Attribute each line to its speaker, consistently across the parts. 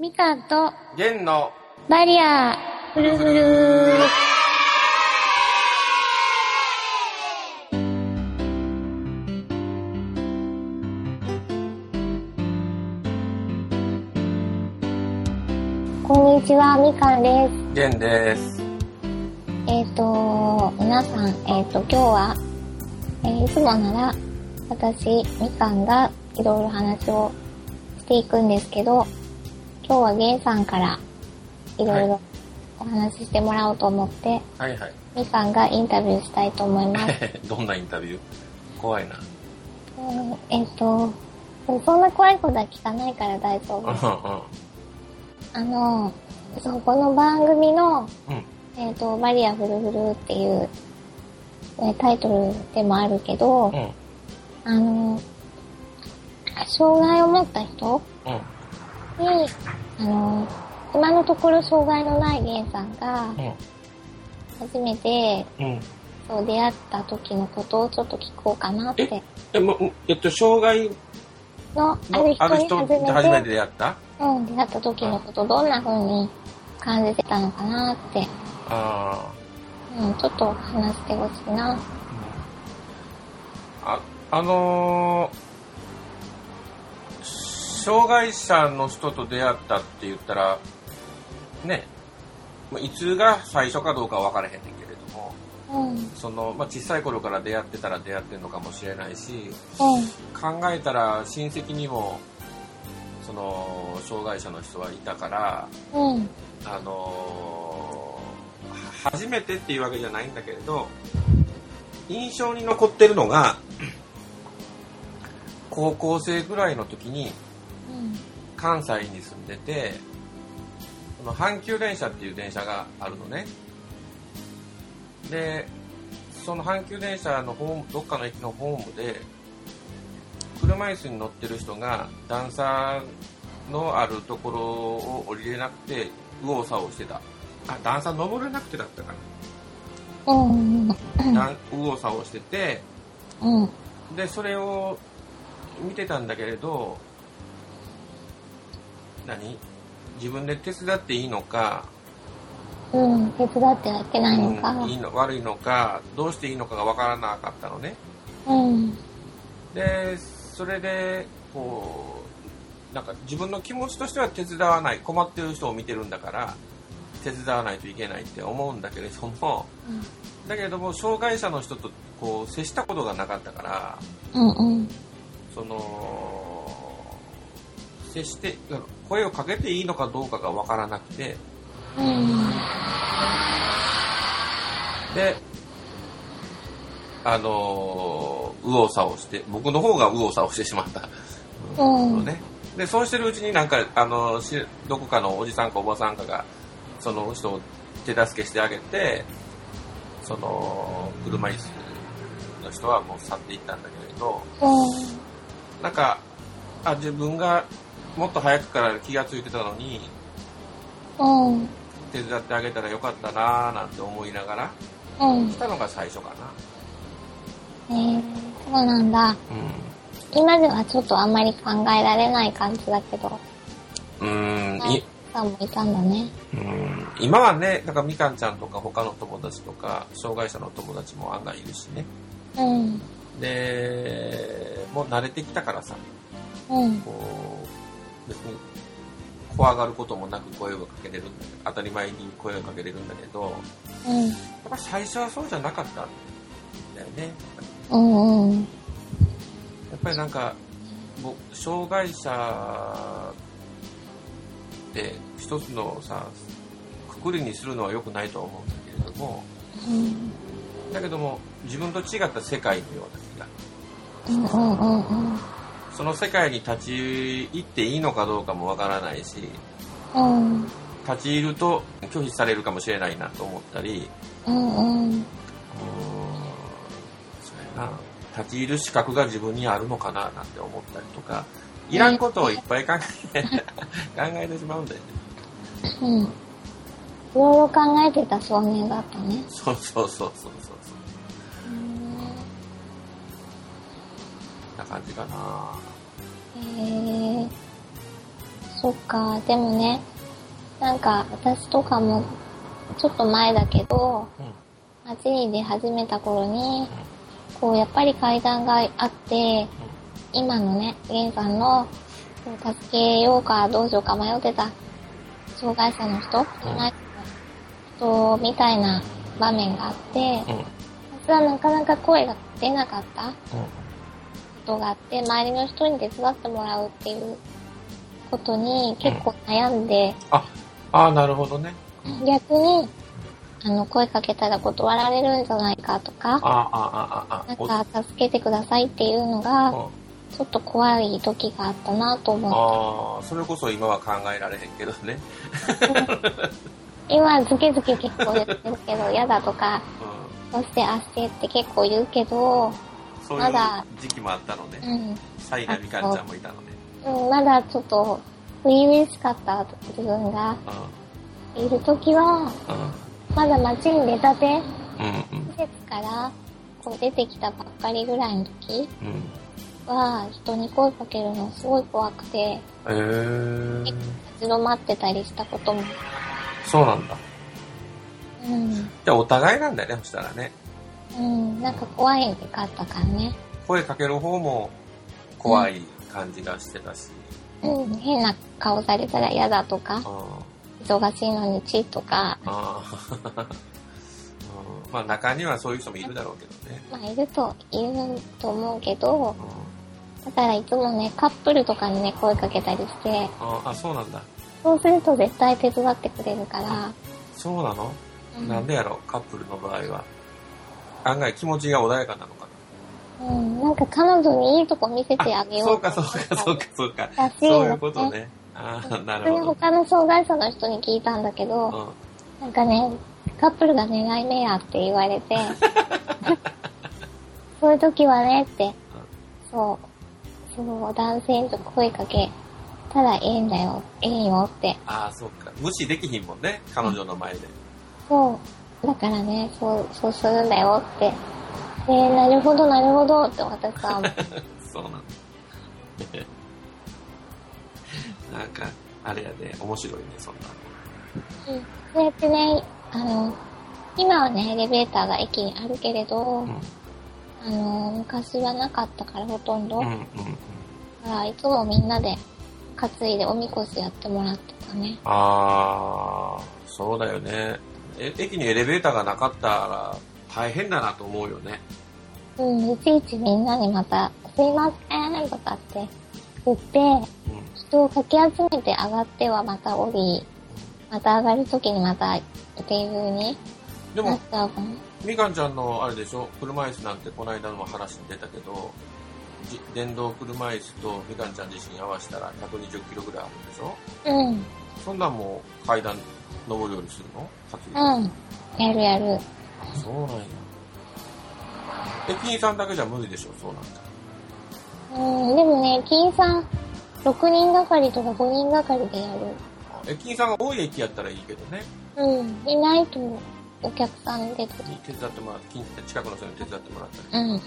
Speaker 1: みかんと
Speaker 2: 弦の
Speaker 1: バリアふるふるこんにちはみかんです
Speaker 2: 弦です。
Speaker 1: えっ、と皆さんえっ、と今日は、えーいつもなら私みかんがいろいろ話をしていくんですけど今日はげんさんからいろい
Speaker 2: は
Speaker 1: ろお話ししてもらおうと思って、
Speaker 2: はいはい。
Speaker 1: みかんがインタビューしたいと思います。
Speaker 2: どんなインタビュー怖いな。
Speaker 1: うんえっ、と、そんな怖いことは聞かないから大丈夫。
Speaker 2: う
Speaker 1: あの、そう、この番組の、
Speaker 2: んうん。うん。
Speaker 1: えっ、と、バリアフルフルっていう、ね、タイトルでもあるけど、
Speaker 2: うん。
Speaker 1: あの、障害を持った人
Speaker 2: うん。
Speaker 1: に、あの、今のところ障害のないゲンさんが
Speaker 2: うん。
Speaker 1: 初めて
Speaker 2: うん。
Speaker 1: そう出会った時のことをちょっと聞こうかなって
Speaker 2: ええ、もう、えっと、障害
Speaker 1: の
Speaker 2: のあ
Speaker 1: ある
Speaker 2: る
Speaker 1: 人
Speaker 2: 人
Speaker 1: に
Speaker 2: って初
Speaker 1: 初め
Speaker 2: め
Speaker 1: て
Speaker 2: て出会った
Speaker 1: うん、出会った時のことどんな風に感じてたのかなって、
Speaker 2: あ
Speaker 1: うん、ちょっと話してほしいな。
Speaker 2: ーあ。あのー、障害者の人と出会ったって言ったら、ね、まあいつが最初かどうかは分からへんねんけれども、
Speaker 1: うん、うん、
Speaker 2: その、まあ、小さい頃から出会ってたら出会ってるのかもしれないし、考えたら親戚にもその障害者の人はいたから、
Speaker 1: うん、
Speaker 2: あのーは初めてっていうわけじゃないんだけれど印象に残ってるのが高校生ぐらいの時に関西に住んでてその阪急電車っていう電車があるのねでその阪急電車のホームどっかの駅のホームで車椅子に乗ってる人が段差のあるところを降りれなくて右往左往してたあ段差登れなくてだったか
Speaker 1: うん、うん、
Speaker 2: な段右往左往してて
Speaker 1: うん、うん、
Speaker 2: でそれを見てたんだけれど何自分で手伝っていいのか
Speaker 1: うん、手伝ってはいけないのか。
Speaker 2: うんいいの悪いのかどうしていいのかが分からなかったのね
Speaker 1: うん、
Speaker 2: でそれでこうなんか自分の気持ちとしては手伝わない困ってる人を見てるんだから手伝わないといけないって思うんだけれどもだけれども障害者の人とこう接したことがなかったから
Speaker 1: うん、うん、
Speaker 2: その接して声をかけていいのかどうかが分からなくて
Speaker 1: うん、
Speaker 2: であのー右往左往して僕の方が右往左往してしまった
Speaker 1: うん
Speaker 2: のねでそうしてるうちになんかあのしどこかのおじさんかおばさんかがその人を手助けしてあげてその車椅子の人はもう去っていったんだけれどなんかあ自分がもっと早くから気がついてたのに
Speaker 1: うん、うん、
Speaker 2: 手伝ってあげたらよかったなーなんて思いながら
Speaker 1: うん
Speaker 2: 来、たのが最初か
Speaker 1: えー、そうなんだ。
Speaker 2: なうん
Speaker 1: 今ではちょっとあんまり考えられない感じだけど、
Speaker 2: うーん、
Speaker 1: はいい、さんもいたんだね。
Speaker 2: うーん今はね、なんかみかんちゃんとか他の友達とか、障害者の友達も案外いるしね。
Speaker 1: うん、
Speaker 2: で、もう慣れてきたからさ、
Speaker 1: うん、
Speaker 2: こう、別に怖がることもなく声をかけれるんだけど、当たり前に声をかけれるんだけど、や
Speaker 1: うん、
Speaker 2: っぱ最初はそうじゃなかったんだよね。
Speaker 1: うん、うん、
Speaker 2: やっぱりなんか、もう障害者って一つのさ、くくりにするのは良くないとは思うんだけれども、
Speaker 1: うん。
Speaker 2: だけども自分と違った世界のような気が
Speaker 1: うんうんうんうん
Speaker 2: その世界に立ち入っていいのかどうかもわからないし
Speaker 1: うん
Speaker 2: 立ち入ると拒否されるかもしれないなと思ったり
Speaker 1: うんうん
Speaker 2: うーんそうやな立ち入る資格が自分にあるのかななんて思ったりとかいらんことをいっぱい考え 考えてしまうんだよね
Speaker 1: うんいろいろ考えてた少年だったね
Speaker 2: そうそうそうそうそうそんな感じかな
Speaker 1: へえそっか、でもね、なんか私とかも、ちょっと前だけど、
Speaker 2: うん
Speaker 1: 街に出始めた頃に、こう、やっぱり階段があって、今のね、源さんの、こう助けようかどうしようか迷ってた、障害者の人、障害者の人みたいな場面があって、
Speaker 2: うんうん
Speaker 1: 実はなかなか声が出なかったことがあって、周りの人に手伝ってもらうっていうことに結構悩んで、
Speaker 2: あああなるほどね
Speaker 1: 逆に、あの、声かけたら断られるんじゃないかと
Speaker 2: あ
Speaker 1: か、
Speaker 2: ああああ
Speaker 1: なん
Speaker 2: あ
Speaker 1: か助けてくださいっていうのが、
Speaker 2: うん
Speaker 1: ちょっと怖い時があったなと思っ
Speaker 2: ああそれこそ今は考えられへんけどね
Speaker 1: て、今ズケズケ結構言ってるけど、嫌だとか、
Speaker 2: う
Speaker 1: そしてあしてって結構言うけど、
Speaker 2: んそうい
Speaker 1: ま
Speaker 2: う
Speaker 1: だ
Speaker 2: 時期もあったの
Speaker 1: う
Speaker 2: ね
Speaker 1: ん、
Speaker 2: サイナミカンちゃんもいたのね
Speaker 1: うん、まだちょっと、初々しかった自分が
Speaker 2: う
Speaker 1: いる時は、
Speaker 2: んうん
Speaker 1: まだ街に出たて、
Speaker 2: うん
Speaker 1: 施設からこう出てきたばっかりぐらいの時
Speaker 2: うんうん
Speaker 1: は、人に声かけるのすごい怖くて、
Speaker 2: えー、
Speaker 1: 立ち止まってたりしたことも。
Speaker 2: そうなんだ
Speaker 1: うん。
Speaker 2: じゃあお互いなんだよねそしたらね
Speaker 1: うん、なんか怖いかったからね。
Speaker 2: 声かける方も怖い感じがしてたし、
Speaker 1: うん、変な顔されたら嫌だとか、
Speaker 2: あ
Speaker 1: 忙しいのにチーとか、
Speaker 2: あ うんまあ中にはそういう人もいるだろうけどね、
Speaker 1: まあいると、いると思うけど
Speaker 2: う、ん、
Speaker 1: だからいつもね、カップルとかにね、声かけたりして、
Speaker 2: ああそうなんだ
Speaker 1: そうすると絶対手伝ってくれるから、
Speaker 2: そうなの、
Speaker 1: う
Speaker 2: なんでやろうカップルの場合は案外気持ちが穏やかなのか
Speaker 1: うん、なんか彼女にいいとこ見せて
Speaker 2: な
Speaker 1: あげよう
Speaker 2: そうかそうかそうか。そうか
Speaker 1: だし
Speaker 2: そういうこと。ねああな
Speaker 1: そ
Speaker 2: る
Speaker 1: れ
Speaker 2: ほ
Speaker 1: 他の障害者の人に聞いたんだけど、
Speaker 2: ど、
Speaker 1: なんかね、カップルが狙い目やって言われて、そういう時はねって、そう、そう、男性に声かけたらええんだよ、ええよって。
Speaker 2: うん、ああそうか無視できひんもんね彼女の前で、
Speaker 1: そう、だからね、そう、そうするんだよって。で、なるほど、なるほどって私は思う、
Speaker 2: そうなんだ なんかあれやね面白いねそんな
Speaker 1: うんそうやってね、あの、今はね、エレベーターが駅にあるけれど、あの、昔はなかったからほとんど。
Speaker 2: うんう
Speaker 1: だ
Speaker 2: んう
Speaker 1: か
Speaker 2: ん
Speaker 1: らいつもみんなで担いでおみこしやってもらってたね。
Speaker 2: ああそうだよねえ駅にエレベーターがなかったら大変だなと思うよね
Speaker 1: うん、いちいちみんなにまた、すいませんとかって言って、
Speaker 2: うん
Speaker 1: 人をかき集めて上がってはまた降り、また上がるときにまたっていう風に
Speaker 2: で
Speaker 1: なっ
Speaker 2: も
Speaker 1: ちゃうかな。
Speaker 2: みかんちゃんのあれでしょ車椅子なんてこの間の話に出たけどじ電動車椅子とみかんちゃん自身合わせたら120キロぐらいあるんでしょ
Speaker 1: うん、
Speaker 2: そんなんもう階段登るよりするの担い
Speaker 1: うん。
Speaker 2: で
Speaker 1: やるやる。
Speaker 2: そうなんや。駅員さんだけじゃ無理でしょ、そうなんだ。
Speaker 1: うん、でもね、金さん、6人がかりとか5人がかりでやる。
Speaker 2: 駅員さんが多い駅やったらいいけどね、
Speaker 1: うん、いないとお客さん出てくる。
Speaker 2: 手伝ってもらう近近くの人に手伝ってもらったり。
Speaker 1: うんうん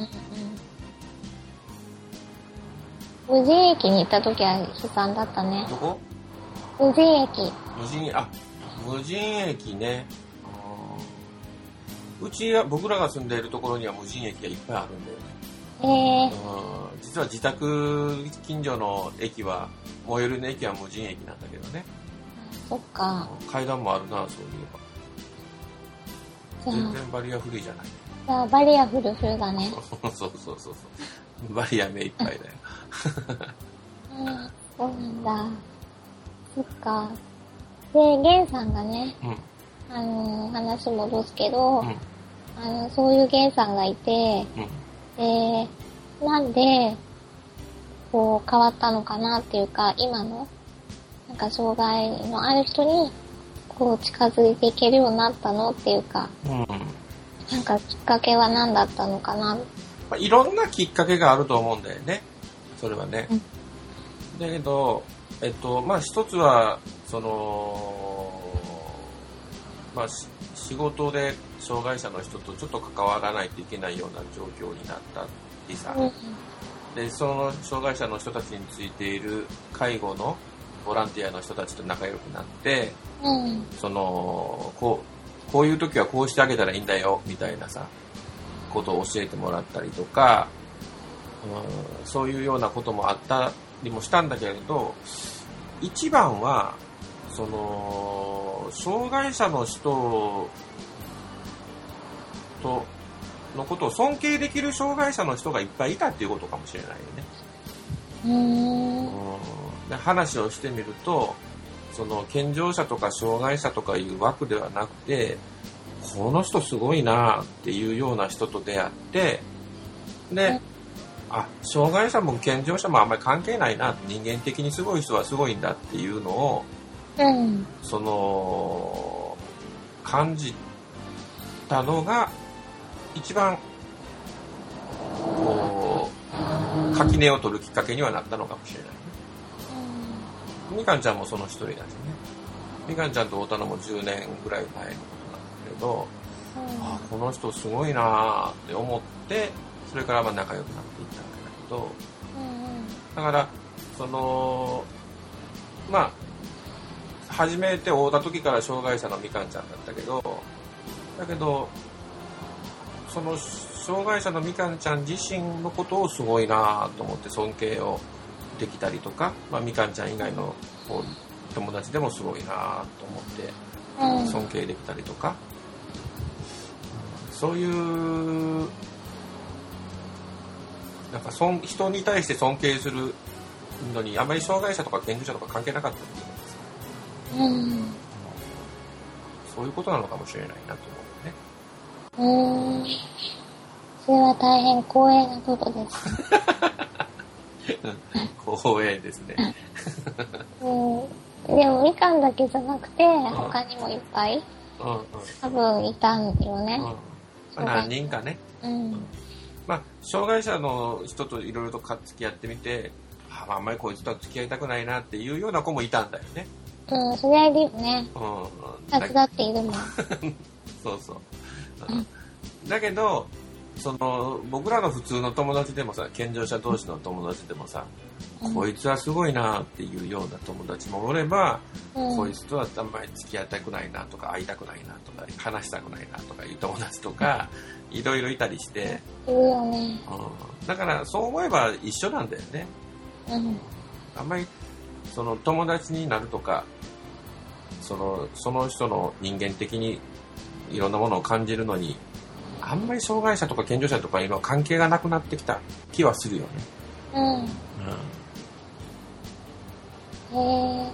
Speaker 1: うん。無人駅に行った時は悲惨だったね。
Speaker 2: どこ
Speaker 1: 無人駅。
Speaker 2: 無人、あ、無人駅ね。うちは、僕らが住んでいるところには無人駅がいっぱいあるんだよね。
Speaker 1: えー、
Speaker 2: うん実は自宅近所の駅は、最寄りの駅は無人駅なんだけどね。
Speaker 1: そっか。
Speaker 2: 階段もあるな、そういえば。
Speaker 1: じゃ
Speaker 2: 全
Speaker 1: あ、
Speaker 2: 然バリアフリーじゃない。
Speaker 1: じゃあバリアフルフルだね。
Speaker 2: そうそうそうそう。バリア目いっぱいだよ。
Speaker 1: うん、そうなんだ。そっか。で、ゲンさんがね、
Speaker 2: うん。
Speaker 1: あのー話戻すけど、
Speaker 2: うん
Speaker 1: あの、そういうゲンさんがいて、
Speaker 2: うん。
Speaker 1: で、なんで、こう変わったのかなっていうか、今の、なんか障害のある人に、こう近づいていけるようになったのっていうか、
Speaker 2: うん
Speaker 1: なんかきっかけは何だったのかな。
Speaker 2: まあ、いろんなきっかけがあると思うんだよね。それはね。
Speaker 1: うん
Speaker 2: だけど、えっと、まあ一つは、その、まあし仕事で障害者の人とちょっと関わらないといけないような状況になったりさ、
Speaker 1: うん。
Speaker 2: で、その障害者の人たちについている介護のボランティアの人たちと仲良くなって、
Speaker 1: うん。
Speaker 2: その、こう、こういう時はこうしてあげたらいいんだよ、みたいなさ、ことを教えてもらったりとか、うん、そういうようなこともあったりもしたんだけれど、一番は、その、障害者の人と、のことを尊敬できる障害者の人がいっぱいいたっていうことかもしれないよね。
Speaker 1: うーん。
Speaker 2: うんで話をしてみるとその健常者とか障害者とかいう枠ではなくてこの人すごいなっていうような人と出会って
Speaker 1: うん
Speaker 2: であ障害者も健常者もあんまり関係ないな人間的にすごい人はすごいんだっていうのを
Speaker 1: うん。
Speaker 2: その感じたのが一番こう垣根を取るきっかけにはなったのかもしれない。みかんちゃんもその一人だしね。みかんちゃんと太田のも10年ぐらい前のことなんだけれど、あこの人すごいなーって思って、それからまあ仲良くなっていったんだけど、だから、その、まあ、初めて会うた時から障害者のみかんちゃんだったけど、だけど、その障害者のみかんちゃん自身のことをすごいなと思って尊敬をできたりとか、まあ、みかんちゃん以外のこう友達でもすごいなと思って
Speaker 1: うん。
Speaker 2: 尊敬できたりとか、そういう、なんか尊人に対して尊敬するのに、あまり障害者とか健常者とか関係なかったんじゃないですか。
Speaker 1: うん。
Speaker 2: そういうことなのかもしれないなと思うね。
Speaker 1: うーん。それは大変光栄なことです。
Speaker 2: 光栄ですね。
Speaker 1: うん。でも、みかんだけじゃなくて、他にもいっぱい、
Speaker 2: うんうん。
Speaker 1: 多分いたんよね
Speaker 2: うん。まあ何人かね。
Speaker 1: うん。
Speaker 2: まあ、障害者の人といろいろとか付き合ってみて、ああんまりこいつとは付き合いたくないなっていうような子もいたんだよね。
Speaker 1: うん、それはいるよね。
Speaker 2: うんうん。
Speaker 1: 手伝っているもん。
Speaker 2: そうそう。だけど、その、僕らの普通の友達でもさ、健常者同士の友達でもさ、こいつはすごいなっていうような友達もおれば、
Speaker 1: うん
Speaker 2: こいつとはあんまり付き合いたくないなとか、会いたくないなとか、話したくないなとかいう友達とか、いろいろいたりして、
Speaker 1: いるよね。
Speaker 2: うん、だからそう思えば一緒なんだよね。
Speaker 1: うん。
Speaker 2: あんまりその友達になるとかそのその人の人間的にいろんなものを感じるのにあんまり障害者とか健常者とかいうのは関係がなくなってきた気はするよね、
Speaker 1: うん。へえ。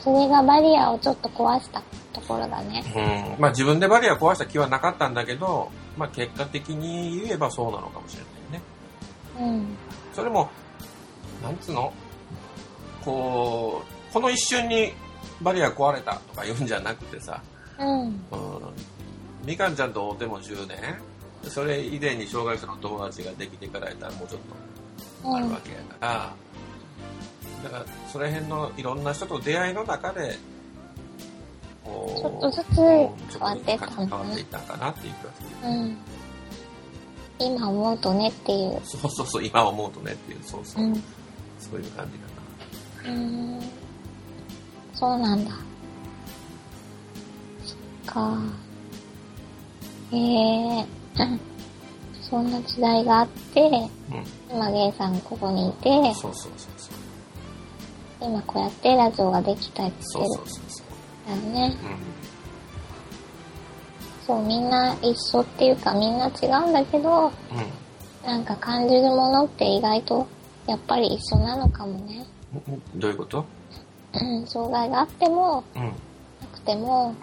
Speaker 1: それがバリアをちょっと壊したところだね。
Speaker 2: うんまあ、自分でバリア壊した気はなかったんだけど、まあ、結果的に言えばそうなのかもしれない
Speaker 1: う
Speaker 2: ね
Speaker 1: ん。
Speaker 2: それもなんつうのこうこの一瞬にバリア壊れたとか言うんじゃなくてさ
Speaker 1: うん。
Speaker 2: うんみかんちゃんとでも10年それ以前に障害者の友達ができてからやったらもうちょっとあるわけやから、だからその辺のいろんな人と出会いの中で
Speaker 1: ち
Speaker 2: こ
Speaker 1: ょっと
Speaker 2: う
Speaker 1: ずつ
Speaker 2: うん
Speaker 1: 変わっていった
Speaker 2: 変
Speaker 1: んだ
Speaker 2: わってい
Speaker 1: ね
Speaker 2: っ。たんかなっていう気がする
Speaker 1: うん。今思うとねっていう。
Speaker 2: そうそうそう今思うとねっていうそうそう、
Speaker 1: うん。
Speaker 2: そういう感じか
Speaker 1: うん。そうなんだ。そっか。へえ。そんな時代があって、
Speaker 2: な、うん、
Speaker 1: 今ゲイさんここにいて、
Speaker 2: そうそうそうそう
Speaker 1: 今こうやってラジオができたりして
Speaker 2: そう
Speaker 1: る
Speaker 2: そうそうそ
Speaker 1: んだよね。
Speaker 2: う、うん、
Speaker 1: そう、みんな一緒っていうかみんな違うんだけど、
Speaker 2: うん
Speaker 1: なんか感じるものって意外とやっぱり一緒なのかもね。
Speaker 2: うんどういうこと
Speaker 1: うん障害があっても
Speaker 2: うんうん
Speaker 1: なくても、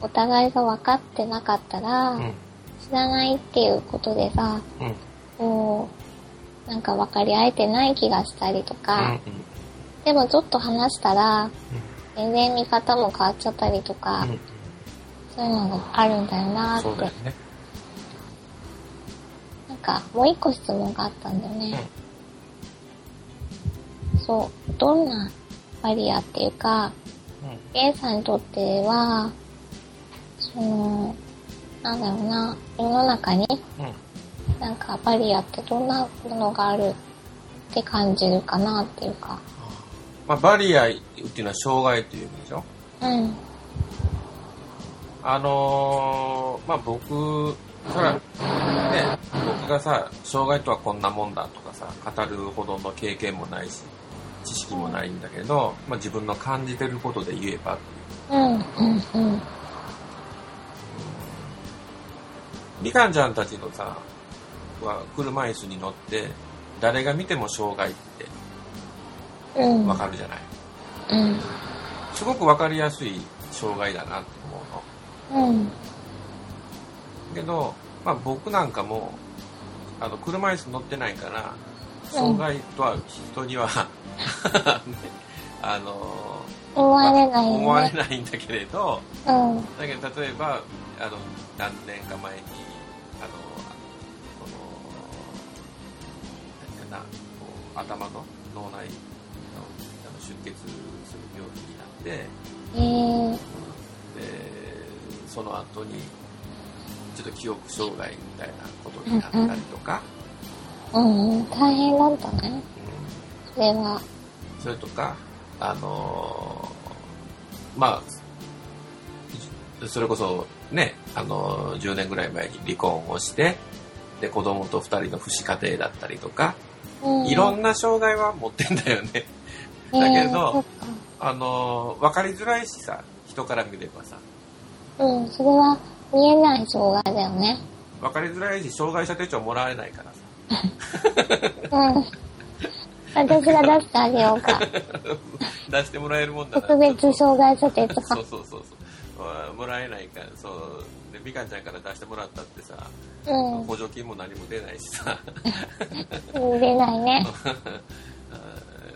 Speaker 1: お互いが分かってなかったら、
Speaker 2: うん
Speaker 1: 知らないっていうことでさ、
Speaker 2: うん
Speaker 1: こう、なんか分かり合えてない気がしたりと
Speaker 2: うん
Speaker 1: か、でもちょっと話したら、全然見方も変わっちゃったりとか、
Speaker 2: うん
Speaker 1: そういうのがあるんだよな
Speaker 2: そう
Speaker 1: っ
Speaker 2: だよ
Speaker 1: て。
Speaker 2: ね
Speaker 1: なんか、もう一個質問があったんだよね。そう、どんなバリアっていうか、
Speaker 2: うん
Speaker 1: A さんにとっては、その、なんだろうな、世の中に
Speaker 2: うん
Speaker 1: なんかバリアってどんなものがあるって感じるかなっていうか。
Speaker 2: あまあ、バリアっていうのは障害という意味でしょ
Speaker 1: うん。
Speaker 2: あのーまあ僕から、ね、僕がさ、障害とはこんなもんだとかさ、語るほどの経験もないし、知識もないんだけど、まあ自分の感じてることで言えば、
Speaker 1: うん。うん。うん。
Speaker 2: みかんちゃんたちのさ、は車椅子に乗って、誰が見ても障害って
Speaker 1: うん。
Speaker 2: わかるじゃない。
Speaker 1: うん。
Speaker 2: すごくわかりやすい障害だなって思うの。
Speaker 1: うん。
Speaker 2: けど、まあ、僕なんかもあの車椅子乗ってないから障害とは人には、ねあの
Speaker 1: 思われないよね。
Speaker 2: 思われないんだけれど
Speaker 1: うん。
Speaker 2: だけど例えばあの何年か前にあのこのなんていうかなこう頭の脳内のあの出血する病気になって。
Speaker 1: えー、
Speaker 2: でその後にちょっと記憶障害みたいなことになったりとか、
Speaker 1: うん。大変だったね。
Speaker 2: う
Speaker 1: それは。
Speaker 2: んそれとかあのーまあそれこそね、あのー10年ぐらい前に離婚をしてで子供と2人の不死家庭だったりとか
Speaker 1: うん。
Speaker 2: いろんな障害は持ってんだよね だけど
Speaker 1: えーそっか
Speaker 2: あの分かりづらいしさ人から見ればさ
Speaker 1: うん、それは見えない障害だよね。
Speaker 2: 分かりづらいし障害者手帳もらえないからさ
Speaker 1: うん。 私が出してあげようか。
Speaker 2: 出してもらえるもんだな
Speaker 1: 特別障害者手と
Speaker 2: そ
Speaker 1: か
Speaker 2: う。そうそうそううんもらえないからそうでみかんちゃんから出してもらったってさ
Speaker 1: うん。
Speaker 2: 補助金も何も出ないしさ
Speaker 1: 見れないね。
Speaker 2: う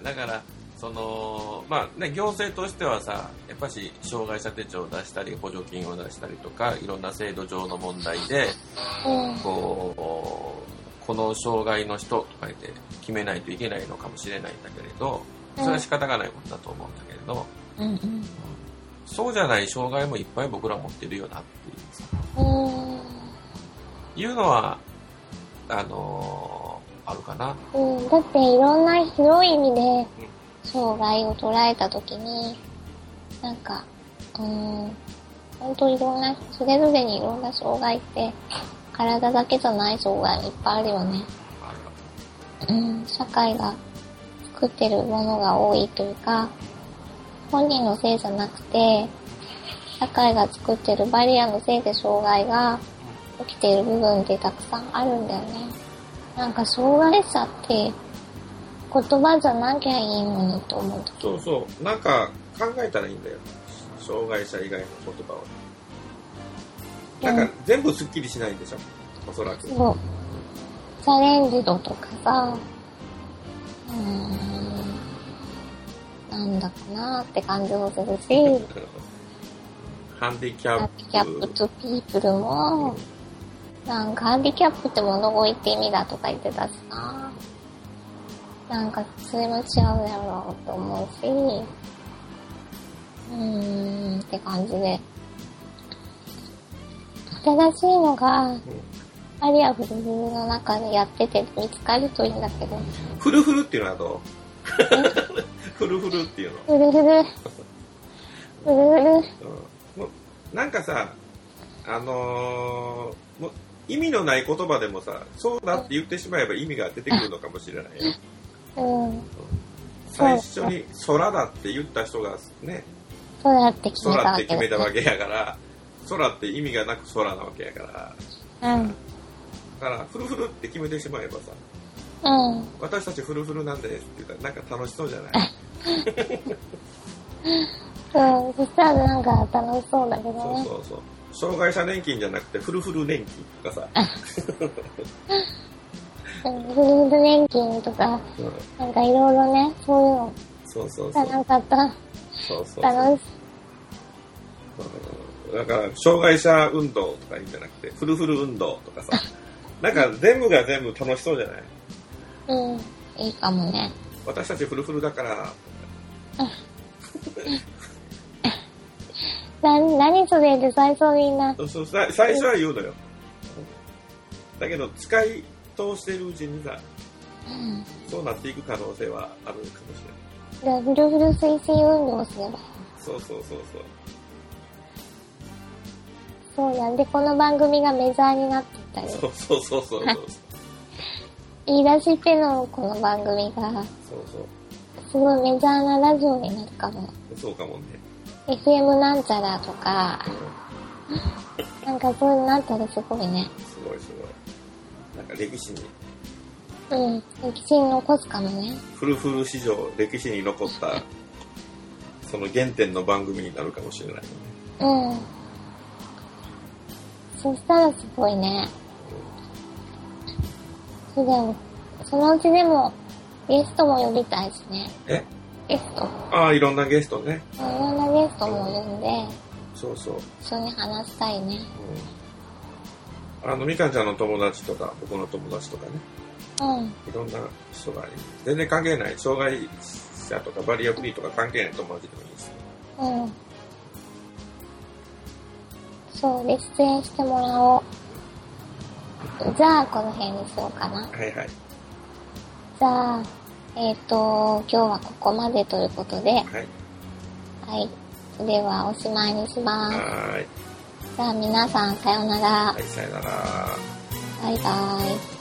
Speaker 2: んだからそのまあね行政としてはさやっぱし障害者手帳を出したり補助金を出したりとかいろんな制度上の問題で
Speaker 1: うん。
Speaker 2: こうこの障害の人とか言って決めないといけないのかもしれないんだけれどそれは仕方がないことだと思うんだけれど、
Speaker 1: うん。
Speaker 2: そうじゃない障害もいっぱい僕ら持ってるよなっていうさ
Speaker 1: うん。
Speaker 2: いうのは、あのーあるかな。
Speaker 1: うん、だっていろんな広い意味で障害を捉えたときに、なんか、うん、ほんといろんな、それぞれにいろんな障害って、体だけじゃない障害いっぱいあるよね。
Speaker 2: ある
Speaker 1: うん、社会が作ってるものが多いというか、本人のせいじゃなくて、社会が作ってるバリアのせいで障害が起きている部分ってたくさんあるんだよね。なんか障害者って言葉じゃなきゃいいのにと思うとき。
Speaker 2: そうそう。なんか、考えたらいいんだよ。障害者以外の言葉を。なんか、全部スッキリしないんでしょおそらく。
Speaker 1: そう。チャレンジ度とかさ、うーん、なんだかなって感じもするし、
Speaker 2: ハンディキャ
Speaker 1: ハン
Speaker 2: ッ
Speaker 1: デ
Speaker 2: プ。
Speaker 1: ィキャップとピープルも、なんかハンディキャップって物乞いって意味だとか言ってたしな。なんかそれも違うだろうと思うし、うーんって感じで。新しいのが、アリアフルフルの中でやってて見つかるといいんだけど、
Speaker 2: フルフルっていうのはどう フルフルっていうの。
Speaker 1: フルフル、フルフル、
Speaker 2: うんもうなんかさ、あのーもう意味のない言葉でもさ、そうだって言ってしまえば意味が出てくるのかもしれないよ。
Speaker 1: うん、
Speaker 2: 最初に空だって言った人がね、
Speaker 1: そうやって決めた
Speaker 2: 空っ
Speaker 1: わ
Speaker 2: て
Speaker 1: け
Speaker 2: 決めた
Speaker 1: だ
Speaker 2: わけやから、空って意味がなく空なわけやから、
Speaker 1: ね。
Speaker 2: だからフルフルって決めてしまえばさ、
Speaker 1: うん、うん。
Speaker 2: 私たちフルフルなんですって言ったらなんか楽しそうじゃない
Speaker 1: うん、そしたらなんか楽しそうだけど
Speaker 2: そう
Speaker 1: ね。
Speaker 2: そうそう。障害者年金じゃなくてフルフル年金とかさ、
Speaker 1: うんフルーツ年金とか、
Speaker 2: うん
Speaker 1: なんかいろいろね、そういうの
Speaker 2: そうそう
Speaker 1: じ
Speaker 2: そ
Speaker 1: ゃ
Speaker 2: う。
Speaker 1: なかった。
Speaker 2: そうそうそう
Speaker 1: 楽し
Speaker 2: だから、障害者運動とかいうんじゃなくて、フルフル運動とかさ、なんか全部が全部楽しそうじゃない
Speaker 1: うん、いいかもね。
Speaker 2: 私たちフルフルだから、
Speaker 1: な、何それで最初みんな、
Speaker 2: そうそうさ最初は言うのよ。だけど、使い通してるうちにさ、そうなっていく可能性はあるかもしれない。
Speaker 1: じゃあ、ふるふる推進運動をすれば。
Speaker 2: そうそうそうそう。
Speaker 1: そうなんで、この番組がメジャーになってったり、
Speaker 2: そうそうそうそうそう。そう
Speaker 1: 言い出しっぺのこの番組が、
Speaker 2: そう。
Speaker 1: すごいメジャーなラジオになるかも。
Speaker 2: そうかもね。
Speaker 1: FM なんちゃらとか
Speaker 2: う、ん
Speaker 1: なんかそういうのなったらすごいね。
Speaker 2: すごいすごい。なんか歴史に、
Speaker 1: うん。歴史に残すかもね。
Speaker 2: フルフル史上歴史に残った、その原点の番組になるかもしれない。
Speaker 1: うん。そしたらすごいね。それでも、そのうちでも、ゲストも呼びたいしね。
Speaker 2: え
Speaker 1: ゲスト。
Speaker 2: ああ、いろんなゲストね。
Speaker 1: いろんなゲストも呼んで、
Speaker 2: そうそう。
Speaker 1: 一緒に話したいね。
Speaker 2: うん、あの、みかんちゃんの友達とか、僕の友達とかね、
Speaker 1: うん。
Speaker 2: いろんな人がいる。全然関係ない。障害者とかバリアフリーとか関係ない友達でもいいです。
Speaker 1: うん。そうで、出演してもらおう。じゃあ、この辺にしようかな。
Speaker 2: はいはい。
Speaker 1: じゃあ、えっ、と、今日はここまでということで、
Speaker 2: はい。
Speaker 1: はい。では、おしまいにします。
Speaker 2: はーい。
Speaker 1: じゃあ、皆さん、さようなら。
Speaker 2: はい、さよなら。
Speaker 1: バイバイ。